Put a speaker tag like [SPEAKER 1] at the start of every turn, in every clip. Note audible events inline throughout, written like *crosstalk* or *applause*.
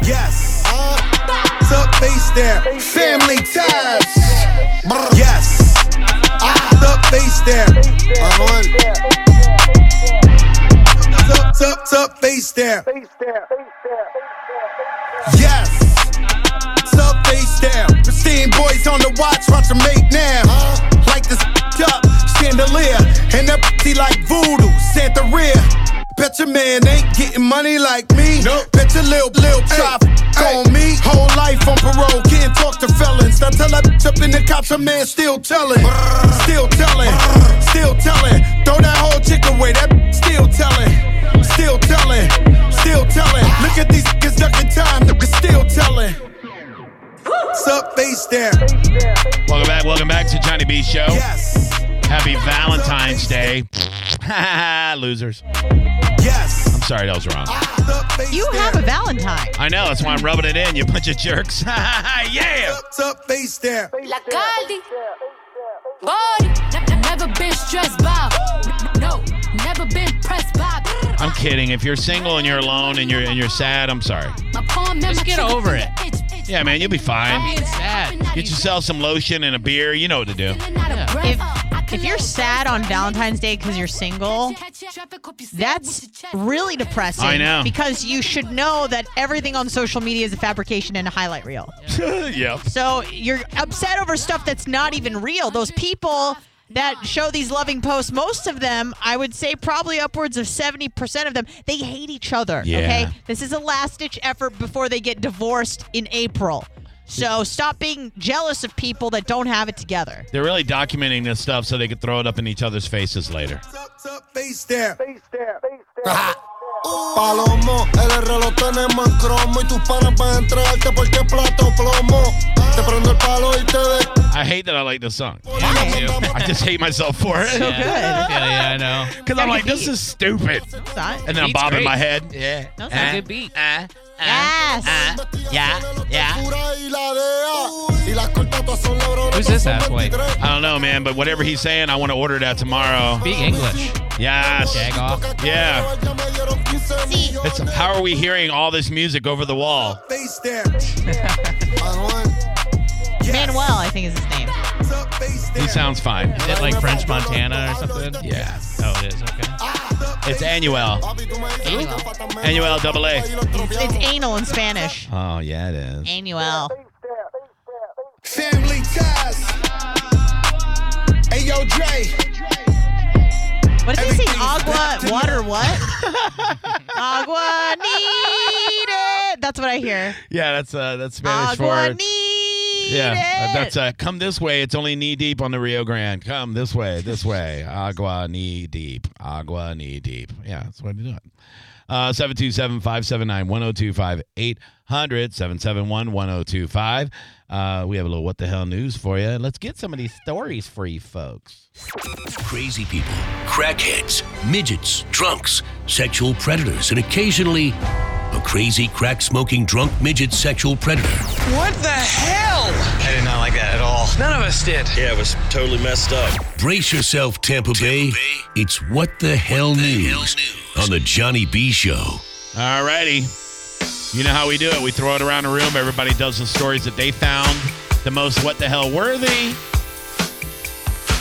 [SPEAKER 1] Yes. Uh, Up face down. Family ties. Yes. Uh, Up face down. Uh-huh. Tuck, tuck, tuck, face down. Yes. Sub face down. Pristine boys on the watch, watch them make now. Like this up chandelier. And that see like voodoo, Santa Rhea. Bet your man ain't getting money like me. Nope. Bet your lil' lil' try f- on me. Whole life on parole, can't talk to felons. Now tell that bitch up in the cops, a man still telling. Still telling, still telling. Throw that whole chick away, that bitch still telling. Still telling, still telling. Look at these niggas ducking time, niggas still telling. Sup, face down.
[SPEAKER 2] Welcome back. Welcome back to Johnny B Show.
[SPEAKER 1] Yes,
[SPEAKER 2] Happy Valentine's Day. *laughs* Losers.
[SPEAKER 1] yes.
[SPEAKER 2] I'm sorry, that was wrong.
[SPEAKER 1] Sup, face
[SPEAKER 3] You have a Valentine.
[SPEAKER 2] I know, that's why I'm rubbing it in, you bunch of jerks. *laughs* yeah!
[SPEAKER 1] Sup, face down.
[SPEAKER 4] La Caldi. Body. Ne- ne- Never been stressed by. No. Never been pressed by.
[SPEAKER 2] I'm kidding. If you're single and you're alone and you're and you're sad, I'm sorry.
[SPEAKER 4] My palm and
[SPEAKER 5] Just
[SPEAKER 4] my
[SPEAKER 5] get
[SPEAKER 4] trigger
[SPEAKER 5] over it.
[SPEAKER 4] finger itch, itch.
[SPEAKER 2] Yeah, man, you'll be
[SPEAKER 5] I'm
[SPEAKER 2] fine.
[SPEAKER 5] being sad.
[SPEAKER 2] Get yourself some lotion and a beer. You know what to do.
[SPEAKER 4] And out of
[SPEAKER 5] Yeah.
[SPEAKER 4] breath. I
[SPEAKER 3] If,
[SPEAKER 4] can
[SPEAKER 3] if you're
[SPEAKER 4] love.
[SPEAKER 3] sad on Valentine's Day because you're single, that's really depressing.
[SPEAKER 2] I know.
[SPEAKER 3] Because you should know that everything on social media is a fabrication and a highlight reel.
[SPEAKER 2] *laughs* yep.
[SPEAKER 3] So you're upset over stuff that's not even real. Those people that show these loving posts, most of them, I would say probably upwards of 70% of them, they hate each other.
[SPEAKER 2] Yeah.
[SPEAKER 3] Okay? This is a last ditch effort before they get divorced in April. So stop being jealous of people that don't have it together.
[SPEAKER 2] They're really documenting this stuff so they could throw it up in each other's faces later.
[SPEAKER 1] Sup, sup, face down.
[SPEAKER 6] Palomo, el reloj tenemos en cromo y tus panas para entrarte porque plato plomo. Te prendo el palo y te de.
[SPEAKER 2] I hate that I like this song. I just hate myself for it. *laughs*
[SPEAKER 3] So good.
[SPEAKER 5] yeah, yeah, I know.
[SPEAKER 2] Because I'm like, this is stupid.
[SPEAKER 3] It's not-
[SPEAKER 2] *laughs* And then I'm
[SPEAKER 5] Beat's
[SPEAKER 2] bobbing
[SPEAKER 5] great.
[SPEAKER 2] my head.
[SPEAKER 5] Yeah.
[SPEAKER 3] No, it's
[SPEAKER 5] Uh,
[SPEAKER 3] not
[SPEAKER 5] good beat.
[SPEAKER 2] Uh,
[SPEAKER 3] Yes.
[SPEAKER 2] yeah, yeah.
[SPEAKER 6] Pura y la DEA. Y las cortas todas son labrones.
[SPEAKER 5] Who's this halfway? Ah,
[SPEAKER 2] I don't know, man, but whatever he's saying, I want to order that tomorrow.
[SPEAKER 5] Speak English.
[SPEAKER 2] Yes.
[SPEAKER 5] Jag off.
[SPEAKER 2] Yeah.
[SPEAKER 6] Ya me dieron 15
[SPEAKER 2] It's, how are we hearing all this music over the wall?
[SPEAKER 1] Face down.
[SPEAKER 6] Manuel.
[SPEAKER 3] Manuel, I think is his name.
[SPEAKER 1] Sup, face down.
[SPEAKER 2] He sounds fine.
[SPEAKER 5] Is it like French Montana or something?
[SPEAKER 2] Yeah.
[SPEAKER 5] Oh, it is. Okay.
[SPEAKER 2] It's Annuel.
[SPEAKER 6] Papi, tú me dices que
[SPEAKER 5] Anyway.
[SPEAKER 6] faltan menos.
[SPEAKER 2] Annuel double A.
[SPEAKER 6] Y los
[SPEAKER 3] It's
[SPEAKER 6] tropeamos.
[SPEAKER 3] anal in Spanish.
[SPEAKER 2] Oh, yeah, it is.
[SPEAKER 3] Anuel.
[SPEAKER 1] Family ties. Hey, yo, Dre.
[SPEAKER 3] What is he saying?
[SPEAKER 1] Everything's back
[SPEAKER 3] Agua,
[SPEAKER 1] to
[SPEAKER 2] *laughs*
[SPEAKER 3] water, what? Agua needed. That's what I hear.
[SPEAKER 2] Yeah, that's uh, that's Spanish
[SPEAKER 3] Agua
[SPEAKER 2] for.
[SPEAKER 3] needed.
[SPEAKER 2] Yeah, uh, that's uh, come this way. It's only knee deep on the Rio Grande. Come this way, this way. Agua knee deep. Agua knee deep. Yeah, that's what you do it. Uh, 727-579-1025, 800-771-1025. Uh, we have a little what the hell news for you. Let's get some of these stories for you folks.
[SPEAKER 7] Crazy people, crackheads, midgets, drunks, sexual predators, and occasionally a crazy crack smoking drunk midget sexual predator.
[SPEAKER 8] What the hell? I did not like that at all. None of us did.
[SPEAKER 9] Yeah, it was totally messed up.
[SPEAKER 7] Brace yourself, Tampa, Bay. It's what the hell news on the Johnny B Show.
[SPEAKER 2] All righty. You know how we do it. We throw it around the room. Everybody does the stories that they found the most what the hell worthy.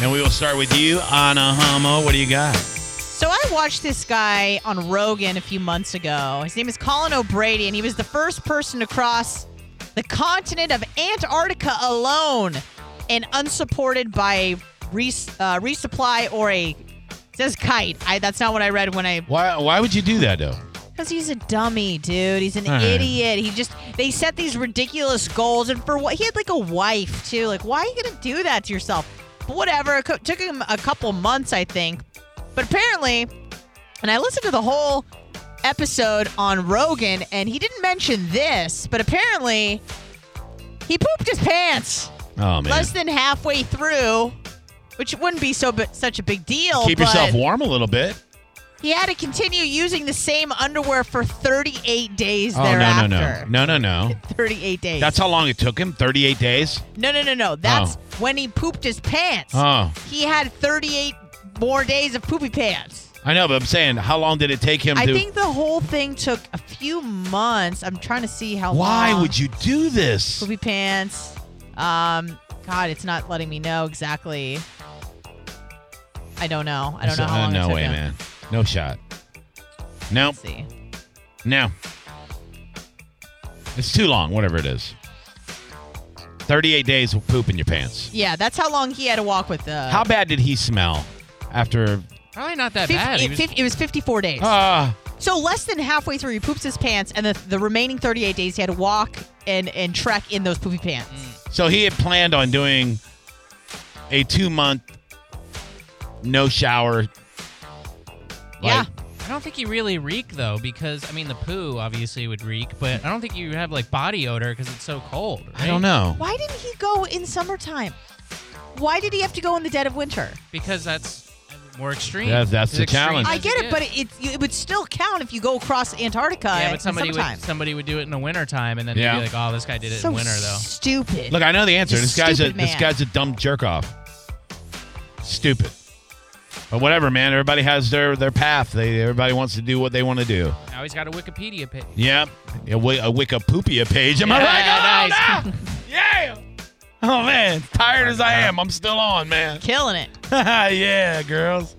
[SPEAKER 2] And we will start with you, Anna Homo. What do you got?
[SPEAKER 3] So I watched this guy on Rogan a few months ago. His name is Colin O'Brady, and he was the first person to cross the continent of Antarctica alone and unsupported by a res- uh, resupply or a it says kite. I, that's not what I read when I
[SPEAKER 2] Why, why would you do that, though?
[SPEAKER 3] Because he's a dummy, dude.
[SPEAKER 2] *laughs*
[SPEAKER 3] He's an
[SPEAKER 2] All right.
[SPEAKER 3] idiot. He just, they set these ridiculous goals. And for what? He had like a wife, too. Like, why are you going to do that to yourself? But whatever. It co- took him a couple months, I think. But apparently, and I listened to the whole episode on Rogan, and he didn't mention this, but apparently, he pooped his pants
[SPEAKER 2] Oh, man.
[SPEAKER 3] less than halfway through. Which wouldn't be so bi- such a big deal.
[SPEAKER 2] Keep yourself
[SPEAKER 3] but-
[SPEAKER 2] warm a little bit.
[SPEAKER 3] he had to continue using the same underwear for 38 days
[SPEAKER 2] Oh, no, no,
[SPEAKER 3] thereafter.
[SPEAKER 2] no. No, no,
[SPEAKER 3] *laughs*
[SPEAKER 2] no.
[SPEAKER 3] 38 days.
[SPEAKER 2] That's how long it took him 38 days.
[SPEAKER 3] no, no, no, no. That's when he pooped his pants.
[SPEAKER 2] Oh.
[SPEAKER 3] He had 38 more days of poopy pants.
[SPEAKER 2] I know, but I'm saying, how long did it take him
[SPEAKER 3] I
[SPEAKER 2] to?
[SPEAKER 3] think the whole thing took a few months. I'm trying to see how
[SPEAKER 2] why
[SPEAKER 3] long.
[SPEAKER 2] would you do this?
[SPEAKER 3] Poopy pants. Um, God, it's not letting me know exactly. I don't know. I don't know how
[SPEAKER 2] Uh,
[SPEAKER 3] long it
[SPEAKER 2] no
[SPEAKER 3] took
[SPEAKER 2] way,
[SPEAKER 3] him.
[SPEAKER 2] man. No shot. Nope.
[SPEAKER 3] Let's see.
[SPEAKER 2] No. It's too long, whatever it is. 38 days of poop in your pants.
[SPEAKER 3] Yeah, that's how long he had to walk with the.
[SPEAKER 2] How bad did he smell after?
[SPEAKER 5] Probably not that
[SPEAKER 3] Fif-
[SPEAKER 5] bad. He
[SPEAKER 3] It,
[SPEAKER 5] was-
[SPEAKER 3] fif- it was 54 days.
[SPEAKER 2] Ah,
[SPEAKER 3] so less than halfway through, he poops his pants, and the, the remaining 38 days he had to walk and and trek in those poopy pants.
[SPEAKER 2] so he had planned on doing a two month no shower.
[SPEAKER 3] Yeah.
[SPEAKER 5] I don't think you really reek though, because I mean the poo obviously would reek, but I don't think you have like body odor because it's so cold.
[SPEAKER 2] I
[SPEAKER 5] right?
[SPEAKER 2] don't know.
[SPEAKER 3] Why didn't he go in summertime? Why did he have to go in the dead of winter?
[SPEAKER 5] because that's more extreme.
[SPEAKER 2] Yeah, that's
[SPEAKER 5] It's
[SPEAKER 2] the
[SPEAKER 5] extreme
[SPEAKER 2] challenge.
[SPEAKER 5] as
[SPEAKER 3] I get it,
[SPEAKER 5] is.
[SPEAKER 3] but it, it it would still count if you go across Antarctica
[SPEAKER 5] yeah,
[SPEAKER 3] in
[SPEAKER 5] but somebody
[SPEAKER 3] summertime.
[SPEAKER 5] would somebody would do it in the winter time, and then
[SPEAKER 2] Yeah.
[SPEAKER 5] they'd be like, "Oh, this guy did it
[SPEAKER 3] so
[SPEAKER 5] in winter though."
[SPEAKER 3] stupid.
[SPEAKER 2] Look, I know the answer.
[SPEAKER 3] You
[SPEAKER 2] This guy's a
[SPEAKER 3] stupid
[SPEAKER 2] this
[SPEAKER 3] man.
[SPEAKER 2] guy's a dumb jerk off. Stupid. But whatever, man. Everybody has their their path. They everybody wants to do what they want to do.
[SPEAKER 5] Now he's got a Wikipedia page.
[SPEAKER 2] Yep. A, wi- a Wikipedia page. Am I right?
[SPEAKER 5] Yeah, Uh-huh. nice.
[SPEAKER 2] Yeah. Oh man, tired as I am, I'm still on, man. *laughs*
[SPEAKER 3] Killing it.
[SPEAKER 2] yeah, girls.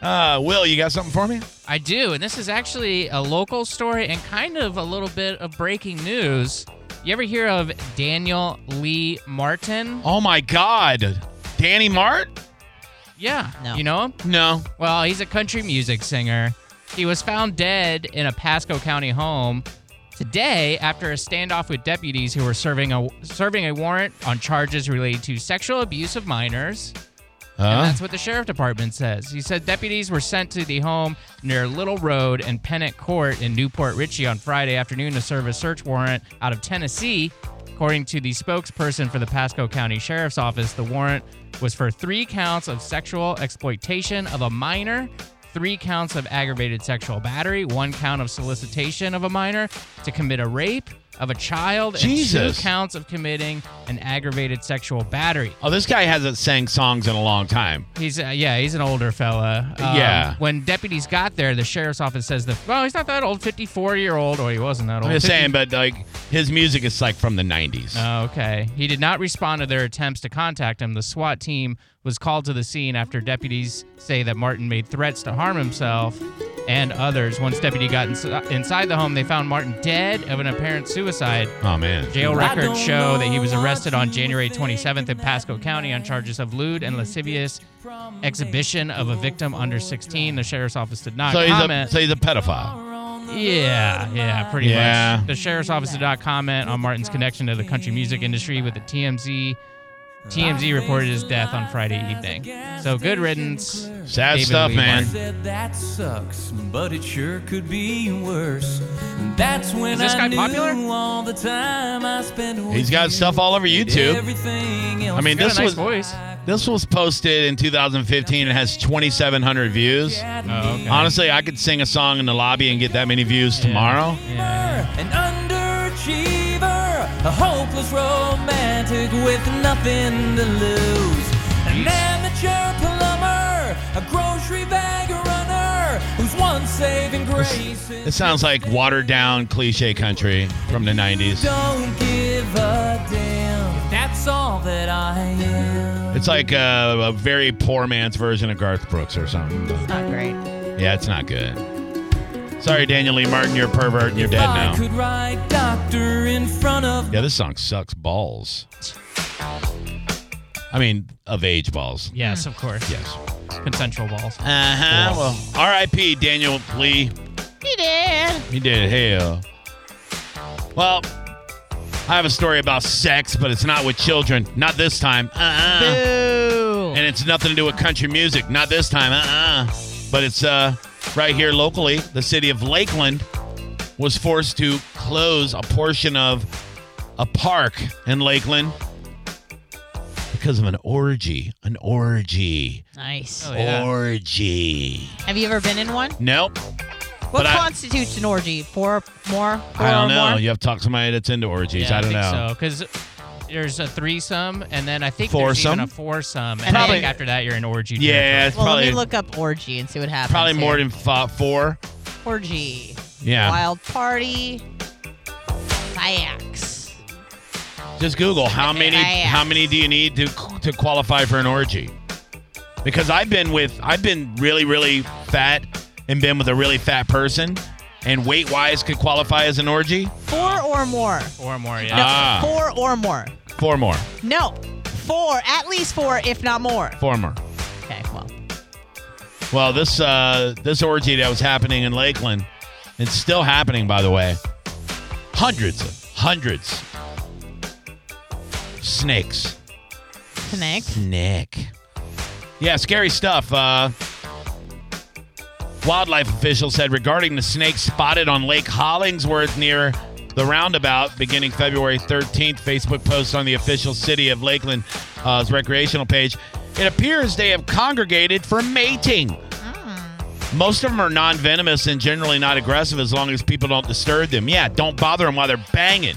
[SPEAKER 2] Uh, Will, you got something for me?
[SPEAKER 5] I do, and this is actually a local story and kind of a little bit of breaking news. You ever hear of Daniel Lee Martin?
[SPEAKER 2] Oh my God, Danny Mart?
[SPEAKER 5] Yeah,
[SPEAKER 3] No.
[SPEAKER 5] you know him.
[SPEAKER 2] No.
[SPEAKER 5] Well, he's a country music singer. He was found dead in a Pasco County home today after a standoff with deputies who were serving a serving a warrant on charges related to sexual abuse of minors. And
[SPEAKER 2] Huh?
[SPEAKER 5] that's what the sheriff department says. He said deputies were sent to the home near Little Road and Pennant Court in Newport Richey on Friday afternoon to serve a search warrant out of Tennessee. According to the spokesperson for the Pasco County Sheriff's Office, the warrant was for three counts of sexual exploitation of a minor, three counts of aggravated sexual battery, one count of solicitation of a minor to commit a rape of a child, and
[SPEAKER 2] Jesus.
[SPEAKER 5] two counts of committing an aggravated sexual battery.
[SPEAKER 2] Oh, this guy hasn't sang songs in a long time.
[SPEAKER 5] He's uh, yeah, he's an older fella. Um,
[SPEAKER 2] Yeah.
[SPEAKER 5] When deputies got there, the sheriff's office says the well, he's not that old, fifty-four year old, or he wasn't that old.
[SPEAKER 2] I'm just
[SPEAKER 5] 50
[SPEAKER 2] saying, but like his music is like from the '90s.
[SPEAKER 5] Oh, okay. He did not respond to their attempts to contact him. The SWAT team was called to the scene after deputies say that Martin made threats to harm himself and others. Once deputy got ins- inside the home, they found Martin dead of an apparent suicide.
[SPEAKER 2] oh man.
[SPEAKER 5] Jail records show that he was arrested on January 27th in Pasco County on charges of lewd and lascivious exhibition of a victim under 16. The sheriff's office did not
[SPEAKER 2] So he's a
[SPEAKER 5] comment.
[SPEAKER 2] so he's a pedophile.
[SPEAKER 5] yeah, yeah, pretty
[SPEAKER 2] Yeah.
[SPEAKER 5] much. The sheriff's office did not comment on Martin's connection to the country music industry with the TMZ. TMZ reported his death on Friday evening. So good riddance.
[SPEAKER 2] Sad
[SPEAKER 5] David
[SPEAKER 2] stuff,
[SPEAKER 5] Lee
[SPEAKER 2] man.
[SPEAKER 5] Martin.
[SPEAKER 9] said that sucks, but it sure could be worse. That's when
[SPEAKER 5] Is this guy
[SPEAKER 9] I knew
[SPEAKER 5] popular?
[SPEAKER 9] all the time I spent with
[SPEAKER 2] He's got
[SPEAKER 9] you
[SPEAKER 2] stuff all over
[SPEAKER 9] did
[SPEAKER 2] YouTube.
[SPEAKER 9] Everything else
[SPEAKER 2] I mean,
[SPEAKER 5] Got
[SPEAKER 2] this
[SPEAKER 5] a nice
[SPEAKER 2] was
[SPEAKER 5] voice.
[SPEAKER 2] this was posted in 2015 and has 2,700 views.
[SPEAKER 5] Oh, okay.
[SPEAKER 2] Honestly, I could sing a song in the lobby and get that many views tomorrow.
[SPEAKER 9] an underachiever, a hopeless romantic with nothing to lose. An amateur plumber, a grocery bag runner, who's one saving grace.
[SPEAKER 2] It sounds like watered down cliche country from the 90s.
[SPEAKER 9] Don't give a damn. That's all that I am.
[SPEAKER 2] It's like a, a very poor man's version of Garth Brooks or something.
[SPEAKER 3] Not great.
[SPEAKER 2] Yeah, it's not good. Sorry, Daniel Lee Martin, you're a pervert and you're dead
[SPEAKER 9] I
[SPEAKER 2] now.
[SPEAKER 9] could write doctor in front of
[SPEAKER 2] Yeah, this song sucks balls. I mean, of age balls.
[SPEAKER 5] Yes, of course.
[SPEAKER 2] Yes.
[SPEAKER 5] Consensual balls.
[SPEAKER 2] Uh huh. Well, R.I.P. Daniel Lee.
[SPEAKER 3] He did.
[SPEAKER 2] He did hell. Well, I have a story about sex, but it's not with children. Not this time. Uh-uh.
[SPEAKER 3] Boo.
[SPEAKER 2] and it's nothing to do with country music. Not this time, uh-uh. But it's uh, right here locally. The city of Lakeland was forced to close a portion of a park in Lakeland because of an orgy. An orgy. Oh,
[SPEAKER 3] nice.
[SPEAKER 2] Orgy.
[SPEAKER 3] Have you ever been in one?
[SPEAKER 2] Nope.
[SPEAKER 3] What
[SPEAKER 2] But I-
[SPEAKER 3] constitutes an orgy? Four more? Four
[SPEAKER 2] I don't
[SPEAKER 3] or
[SPEAKER 2] know.
[SPEAKER 3] More?
[SPEAKER 2] You have to talk to somebody that's into orgies.
[SPEAKER 5] Yeah,
[SPEAKER 2] I don't
[SPEAKER 5] think
[SPEAKER 2] know.
[SPEAKER 5] So, because there's a threesome, and then I think there's
[SPEAKER 2] Foursome?
[SPEAKER 5] even a foursome, and I
[SPEAKER 2] Probably-
[SPEAKER 5] think after that you're in orgy.
[SPEAKER 2] Yeah, it's
[SPEAKER 3] Well, let
[SPEAKER 2] probably
[SPEAKER 3] me look up orgy and see what happens.
[SPEAKER 2] probably more
[SPEAKER 3] here.
[SPEAKER 2] than f- four.
[SPEAKER 3] orgy.
[SPEAKER 2] Yeah.
[SPEAKER 3] Wild party. Kayaks.
[SPEAKER 2] Just Google how many
[SPEAKER 3] Yeah.
[SPEAKER 2] how many do you need to to qualify for an orgy? Because I've been with I've been really really fat and been with a really fat person, and weight wise could qualify as an orgy.
[SPEAKER 3] Four or more.
[SPEAKER 5] Four or more.
[SPEAKER 3] No,
[SPEAKER 5] Yeah.
[SPEAKER 2] Ah.
[SPEAKER 3] four or more.
[SPEAKER 2] Four more,
[SPEAKER 3] No, four, at least four, if not more.
[SPEAKER 2] four more.
[SPEAKER 3] Okay, well,
[SPEAKER 2] Well, this uh, this orgy that was happening in Lakeland, it's still happening, by the way. Hundreds, hundreds, snakes.
[SPEAKER 3] connect.
[SPEAKER 2] Nick. Yeah, scary stuff. Uh, wildlife officials said regarding the snake spotted on Lake Hollingsworth near the roundabout beginning February 13th. Facebook post on the official city of Lakeland's recreational page. It appears they have congregated for mating. Most of them are non venomous and generally not aggressive as long as people don't disturb them. Yeah, don't bother them while they're banging.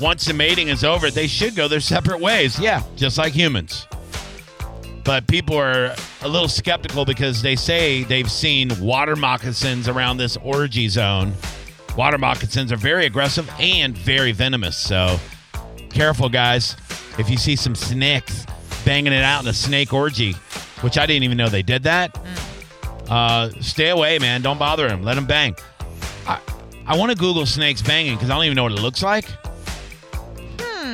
[SPEAKER 2] Once the mating is over, they should go their *laughs* separate ways. Yeah, just like humans. But people are a little skeptical because they say they've seen water moccasins around this orgy zone. Water moccasins are very aggressive and very venomous. So careful, guys. If you see some snakes banging it out in a snake orgy, which I didn't even know they did that, uh, stay away, man. Don't bother them. Let them bang. I, I want to Google snakes banging because I don't even know what it looks like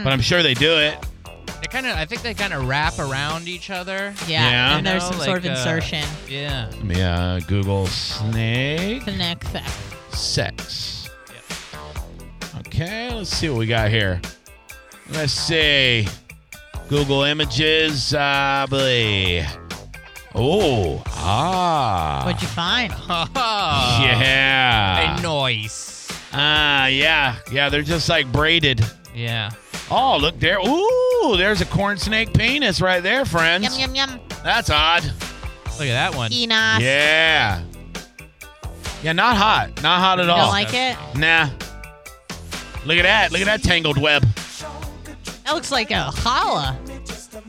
[SPEAKER 2] but I'm sure they do it.
[SPEAKER 5] They kind of. I think they kind of wrap around each other.
[SPEAKER 3] Yeah,
[SPEAKER 2] Yeah.
[SPEAKER 3] and there's
[SPEAKER 5] You
[SPEAKER 3] some
[SPEAKER 5] know,
[SPEAKER 3] sort of
[SPEAKER 5] like, uh,
[SPEAKER 3] insertion.
[SPEAKER 5] Yeah.
[SPEAKER 2] Let me uh, Google snake
[SPEAKER 3] Connect that.
[SPEAKER 2] sex. Okay, let's see what we got here. Let's see. Google images. Uh, blee. oh, ah.
[SPEAKER 3] What'd you
[SPEAKER 5] *laughs*
[SPEAKER 3] find?
[SPEAKER 2] yeah.
[SPEAKER 5] A Oh, noise.
[SPEAKER 2] Ah, yeah. Yeah, they're just like braided.
[SPEAKER 5] Yeah.
[SPEAKER 2] Oh, look there. Ooh, there's a corn snake penis right there, friends.
[SPEAKER 3] Yum, yum, yum.
[SPEAKER 2] That's odd.
[SPEAKER 5] Look at that one.
[SPEAKER 3] Enos.
[SPEAKER 2] Yeah. Yeah, not hot. Not hot at
[SPEAKER 3] Don't
[SPEAKER 2] all.
[SPEAKER 3] like it?
[SPEAKER 2] Nah. Look at that. Look at that tangled web.
[SPEAKER 3] That looks like a challah.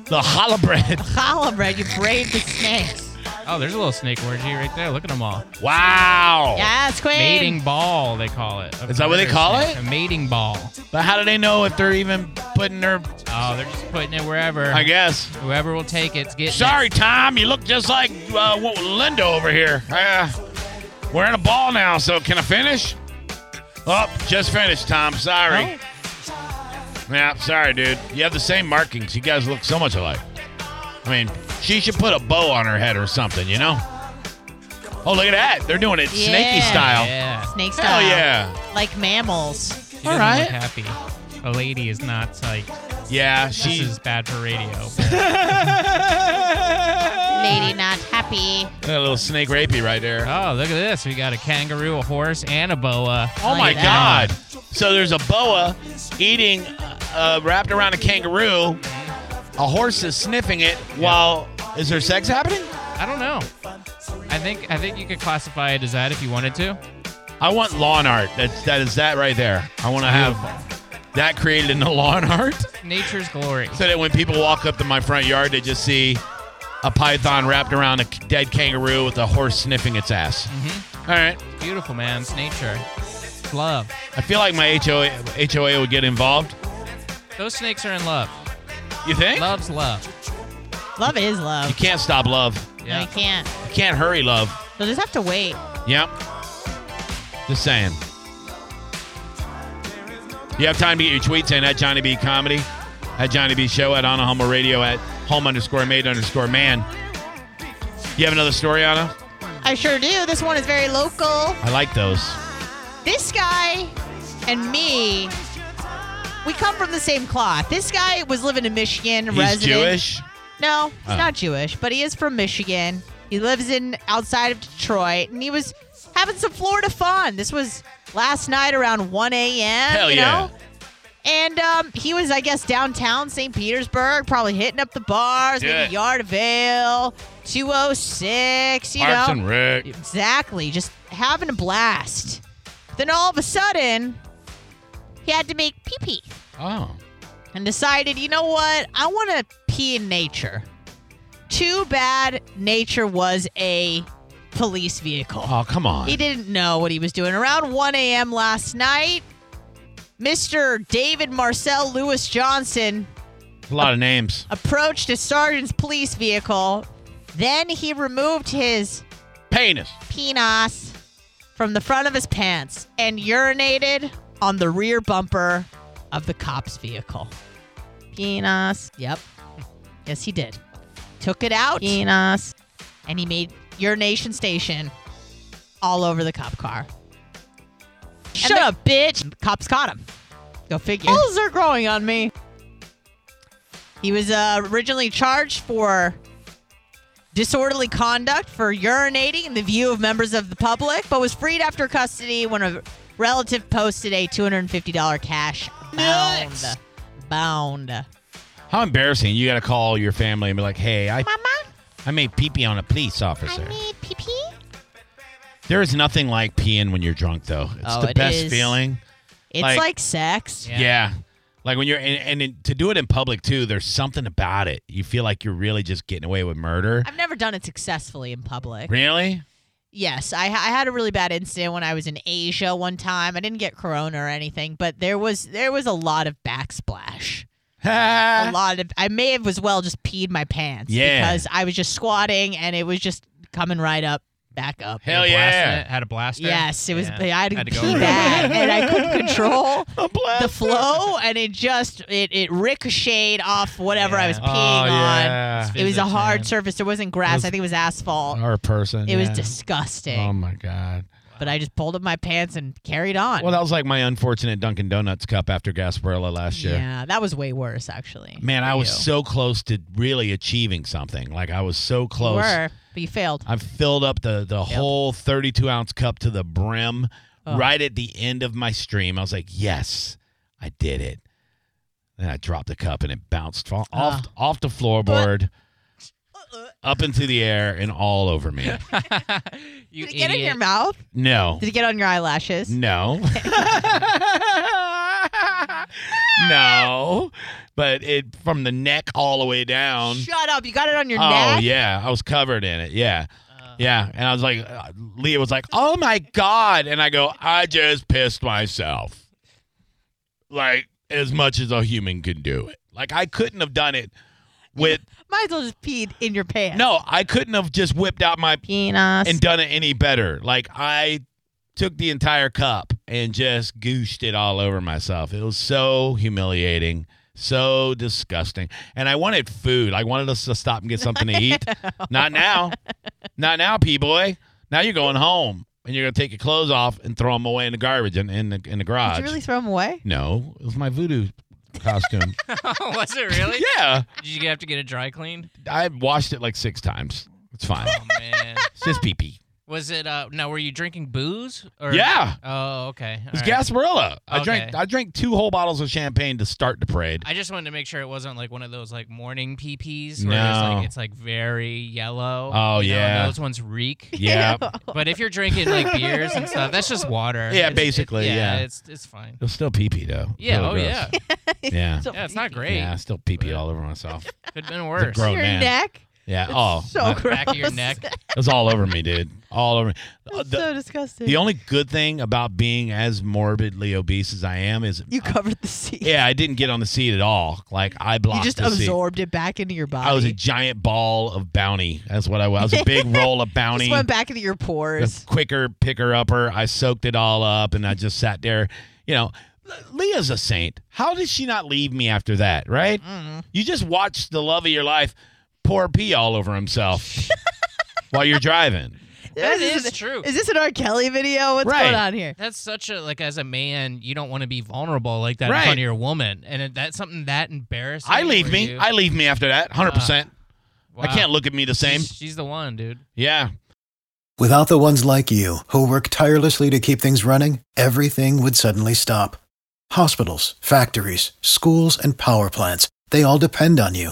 [SPEAKER 2] The hollow bread. *laughs*
[SPEAKER 3] Challah bread. You braid the snakes.
[SPEAKER 5] Oh, there's a little snake orgy right there. Look at them all.
[SPEAKER 2] Wow.
[SPEAKER 3] Yes, queen.
[SPEAKER 5] Mating ball, they call it.
[SPEAKER 2] Is that what they call it?
[SPEAKER 5] A mating ball.
[SPEAKER 2] But how do they know if they're even putting their.
[SPEAKER 5] Oh, they're just putting it wherever.
[SPEAKER 2] I guess.
[SPEAKER 5] Whoever will take it's getting.
[SPEAKER 2] Sorry, Tom. You look just like uh, what- Linda over here. Uh, we're in a ball now, so can I finish? Oh, just finished, Tom. Sorry. Yeah, sorry, dude. You have the same markings. You guys look so much alike. I mean, she should put a bow on her head or something, you know? Oh, look at that. They're doing it snaky
[SPEAKER 3] Yeah.
[SPEAKER 5] It.
[SPEAKER 2] style.
[SPEAKER 5] Yeah.
[SPEAKER 3] Snake
[SPEAKER 2] Hell
[SPEAKER 3] style.
[SPEAKER 2] yeah.
[SPEAKER 3] Like mammals.
[SPEAKER 5] She doesn't Look happy. A lady is not like
[SPEAKER 2] Yeah,
[SPEAKER 5] this
[SPEAKER 2] she's.
[SPEAKER 5] is bad for radio.
[SPEAKER 3] Lady not happy.
[SPEAKER 2] A little snake rapey right there.
[SPEAKER 5] oh, look at this. We got a kangaroo, a horse, and a boa.
[SPEAKER 2] Oh my
[SPEAKER 3] Like that.
[SPEAKER 2] God! So there's a boa eating, uh, wrapped around a kangaroo. A horse is sniffing it while is there sex happening?
[SPEAKER 5] I don't know. I think I think you could classify it as that if you wanted to.
[SPEAKER 2] I want lawn art. That's that is that right there. I want to have that created in the lawn *laughs* art
[SPEAKER 5] Nature's glory.
[SPEAKER 2] so that when people walk up to my front yard, they just see a python wrapped around a k- dead kangaroo with a horse sniffing its ass. All right.
[SPEAKER 5] It's beautiful, man. It's nature. It's love.
[SPEAKER 2] I feel like my HOA, HOA would get involved.
[SPEAKER 5] Those snakes are in love.
[SPEAKER 2] You think?
[SPEAKER 5] Love's love.
[SPEAKER 3] Love is
[SPEAKER 2] You
[SPEAKER 3] love.
[SPEAKER 2] can't stop love.
[SPEAKER 3] No, you can't.
[SPEAKER 2] You can't hurry love.
[SPEAKER 3] They'll just have to wait.
[SPEAKER 2] Yep. Just saying. You have time to get your tweets in at Johnny B Comedy, at Johnny B Show, at Anna Humble Radio, at home underscore made underscore man. You have another story, Anna?
[SPEAKER 3] I sure do. This one is very local.
[SPEAKER 2] I like those.
[SPEAKER 3] Uh, this guy and me, we come from the same cloth. This guy was living in Michigan,
[SPEAKER 2] He's
[SPEAKER 3] resident.
[SPEAKER 2] Jewish.
[SPEAKER 3] No, he's
[SPEAKER 2] Oh.
[SPEAKER 3] not Jewish, but he is from Michigan. He lives in outside of Detroit, and he was having some Florida fun. This was last night around 1 a.m.
[SPEAKER 2] Hell
[SPEAKER 3] you
[SPEAKER 2] yeah.
[SPEAKER 3] know? And um, he was, I guess, downtown St. Petersburg, probably hitting up the bars,
[SPEAKER 2] Do
[SPEAKER 3] maybe
[SPEAKER 2] it.
[SPEAKER 3] Yard of Ale, 206, you
[SPEAKER 2] Parks
[SPEAKER 3] know.
[SPEAKER 2] and Rec.
[SPEAKER 3] Exactly. Just having a blast. Then all of a sudden, he had to make pee pee.
[SPEAKER 2] Oh.
[SPEAKER 3] and decided, you know what? I want to pee in nature. Too bad nature was a police vehicle.
[SPEAKER 2] Oh, come on.
[SPEAKER 3] He didn't know what he was doing. Around 1 a.m. last night, Mr. David Marcel Lewis Johnson
[SPEAKER 2] A lot of names.
[SPEAKER 3] approached a sergeant's police vehicle. Then he removed his
[SPEAKER 2] Penis.
[SPEAKER 3] penis from the front of his pants and urinated on the rear bumper of the cop's vehicle. Penis. Yep. Yes, he did. Took it out. Penis. And he made urination station all over the cop car. Shut up, bitch. Cops caught him. Go figure. Balls are growing on me. He was uh, originally charged for disorderly conduct for urinating in the view of members of the public, but was freed after custody when a relative posted a $250 cash bound. Bound.
[SPEAKER 2] How embarrassing. You got to call your family and be like, hey, I,
[SPEAKER 3] Mama,
[SPEAKER 2] I made pee pee on a police officer.
[SPEAKER 3] pee pee.
[SPEAKER 2] There is nothing like peeing when you're drunk, though. It's
[SPEAKER 3] Oh,
[SPEAKER 2] the
[SPEAKER 3] it
[SPEAKER 2] best
[SPEAKER 3] is.
[SPEAKER 2] feeling.
[SPEAKER 3] It's
[SPEAKER 2] Like-
[SPEAKER 3] like, sex.
[SPEAKER 2] Yeah. Like when you're, and, and it- to do it in public, too, there's something about it. You feel like you're really just getting away with murder.
[SPEAKER 3] I've never done it successfully in public.
[SPEAKER 2] Really? *laughs*
[SPEAKER 3] Yes, I, I had a really bad incident when I was in Asia one time. I didn't get corona or anything, but there was there was a lot of backsplash. a
[SPEAKER 2] Ha!
[SPEAKER 3] lot of I may have as well just peed my pants.
[SPEAKER 2] Yeah.
[SPEAKER 3] Because I was just squatting and it was just coming right up back up.
[SPEAKER 2] Hell
[SPEAKER 5] Blasting
[SPEAKER 2] yeah.
[SPEAKER 5] it, Had a blaster.
[SPEAKER 3] Yes, it was.
[SPEAKER 5] Yeah.
[SPEAKER 3] I had to,
[SPEAKER 5] go
[SPEAKER 3] pee
[SPEAKER 2] *laughs*
[SPEAKER 5] around.
[SPEAKER 3] bad, and I couldn't control
[SPEAKER 2] A blast.
[SPEAKER 3] the flow, and it just it, it ricocheted off whatever I was
[SPEAKER 5] Yeah.
[SPEAKER 3] peeing
[SPEAKER 2] Oh, yeah.
[SPEAKER 3] on. It was a
[SPEAKER 5] Physics,
[SPEAKER 3] hard
[SPEAKER 5] man.
[SPEAKER 3] surface. There wasn't grass. I think it was asphalt.
[SPEAKER 2] Or a person.
[SPEAKER 3] It was
[SPEAKER 2] yeah.
[SPEAKER 3] disgusting.
[SPEAKER 2] Oh, my God.
[SPEAKER 3] but I just pulled up my pants and carried on.
[SPEAKER 2] Well, that was like my unfortunate Dunkin' Donuts cup after Gasparilla last year.
[SPEAKER 3] yeah, that was way worse actually.
[SPEAKER 2] Man, I was
[SPEAKER 3] You.
[SPEAKER 2] so close to really achieving something. Like I was so
[SPEAKER 3] You
[SPEAKER 2] close.
[SPEAKER 3] were, but you failed.
[SPEAKER 2] I filled up the the whole 32 ounce cup to the brim right at the end of my stream. I was like, "Yes, I did it." Then I dropped the cup and it bounced fa- off off the floorboard, up into the air, and all over me.
[SPEAKER 5] *laughs* You
[SPEAKER 3] Did it get in
[SPEAKER 5] idiot. *laughs*
[SPEAKER 3] your mouth?
[SPEAKER 2] No,
[SPEAKER 3] Did it get on your eyelashes?
[SPEAKER 2] no. *laughs* no, but it from the neck all the way down.
[SPEAKER 3] *laughs* Shut up! You got it on your
[SPEAKER 2] oh
[SPEAKER 3] neck. Uh-huh.
[SPEAKER 2] yeah, I was covered in it. Yeah, yeah. And I was like, uh, Leah was like, "Oh my god!" And I go, "I just pissed myself." Like as much as a human can do it. Like I couldn't have done it with
[SPEAKER 3] Might as well just pee in your pants.
[SPEAKER 2] no. I couldn't have just whipped out my
[SPEAKER 3] penis.
[SPEAKER 2] and done it any better. Like I took the entire cup and just gooshed it all over myself. It was so humiliating, so disgusting. And I wanted food. I wanted us to stop and get something to
[SPEAKER 3] *laughs*
[SPEAKER 2] eat. Not now. Not now, P boy. Now you're going home and you're gonna take your clothes off and throw them away in the garbage and in the in the garage.
[SPEAKER 3] Did you really throw him away?
[SPEAKER 2] no, it was my voodoo
[SPEAKER 3] *laughs*
[SPEAKER 2] costume.
[SPEAKER 5] was it really?
[SPEAKER 2] *laughs* yeah,
[SPEAKER 5] Did you have to get it
[SPEAKER 2] *laughs*
[SPEAKER 5] dry cleaned?
[SPEAKER 2] I washed it like six times. It's
[SPEAKER 3] *laughs*
[SPEAKER 2] fine.
[SPEAKER 5] Oh man.
[SPEAKER 2] It's just pee pee.
[SPEAKER 5] Was it? Uh, now, were you drinking booze? Or?
[SPEAKER 2] Yeah.
[SPEAKER 5] Oh, okay. All
[SPEAKER 2] It was
[SPEAKER 5] right.
[SPEAKER 2] Gasparilla. I drank
[SPEAKER 5] Okay.
[SPEAKER 2] I drank two whole bottles of champagne to start the
[SPEAKER 3] *laughs*
[SPEAKER 2] parade.
[SPEAKER 5] I just wanted to make sure it wasn't like one of those like morning PPs where it's,
[SPEAKER 2] No.
[SPEAKER 5] like, it's like very yellow.
[SPEAKER 2] Oh,
[SPEAKER 5] you know, and
[SPEAKER 2] yeah.
[SPEAKER 5] those
[SPEAKER 3] *laughs*
[SPEAKER 5] ones reek.
[SPEAKER 2] yeah.
[SPEAKER 5] But if you're drinking like beers and stuff, that's just water.
[SPEAKER 2] Yeah,
[SPEAKER 5] It's- it-
[SPEAKER 2] basically, yeah.
[SPEAKER 5] It's it's fine.
[SPEAKER 2] It was still pee pee though.
[SPEAKER 5] Yeah.
[SPEAKER 2] Really
[SPEAKER 5] oh
[SPEAKER 2] gross.
[SPEAKER 3] *laughs*
[SPEAKER 5] yeah.
[SPEAKER 2] Yeah.
[SPEAKER 5] Yeah. It's not great.
[SPEAKER 2] Yeah, I still pee pee all over myself.
[SPEAKER 3] *laughs*
[SPEAKER 5] Could have been worse.
[SPEAKER 2] gross- Oh,
[SPEAKER 3] your
[SPEAKER 2] man.
[SPEAKER 3] neck.
[SPEAKER 2] Yeah. oh,
[SPEAKER 3] so
[SPEAKER 2] my-
[SPEAKER 5] The Back of your
[SPEAKER 3] Gross.
[SPEAKER 5] neck.
[SPEAKER 2] it was all over me, dude. All over me. Uh,
[SPEAKER 3] *laughs* That's
[SPEAKER 2] The,
[SPEAKER 3] so disgusting.
[SPEAKER 2] the only good thing about being as morbidly obese as I am is,
[SPEAKER 3] you covered the
[SPEAKER 2] *laughs*
[SPEAKER 3] seat.
[SPEAKER 2] yeah, I didn't get on the seat at all. Like I
[SPEAKER 3] you
[SPEAKER 2] blocked.
[SPEAKER 3] just
[SPEAKER 2] the seat.
[SPEAKER 3] absorbed it back into your body.
[SPEAKER 2] I was a giant ball of bounty. That's what I was. I was a
[SPEAKER 3] *laughs*
[SPEAKER 2] big roll of bounty.
[SPEAKER 3] just went back into your
[SPEAKER 2] the
[SPEAKER 3] pores.
[SPEAKER 2] quicker picker upper. I soaked it all up and I just sat there. You know, Le- Leah's a saint. How did she not leave me after that, right?
[SPEAKER 3] Mm.
[SPEAKER 2] You just watched the love of your life pour pee all over himself *laughs* while you're
[SPEAKER 5] *laughs*
[SPEAKER 2] driving.
[SPEAKER 5] That
[SPEAKER 3] This
[SPEAKER 5] is
[SPEAKER 3] an-
[SPEAKER 5] true.
[SPEAKER 3] Is this an R. Kelly video? What's
[SPEAKER 2] Right.
[SPEAKER 3] going on here?
[SPEAKER 5] That's such a like as a man, you don't want to be vulnerable like that
[SPEAKER 2] Right.
[SPEAKER 5] in front of your woman, and it- that's something that embarrassing.
[SPEAKER 2] I leave
[SPEAKER 5] where
[SPEAKER 2] me.
[SPEAKER 5] you- Ah,
[SPEAKER 2] I leave me after that, 100%. I
[SPEAKER 5] Wow.
[SPEAKER 2] can't look at me the same.
[SPEAKER 5] She's, she's the one, dude.
[SPEAKER 2] Yeah.
[SPEAKER 10] Without the ones like you, who work tirelessly to keep things running, everything would suddenly stop. Hospitals, factories, schools, and power plants, they all depend on you.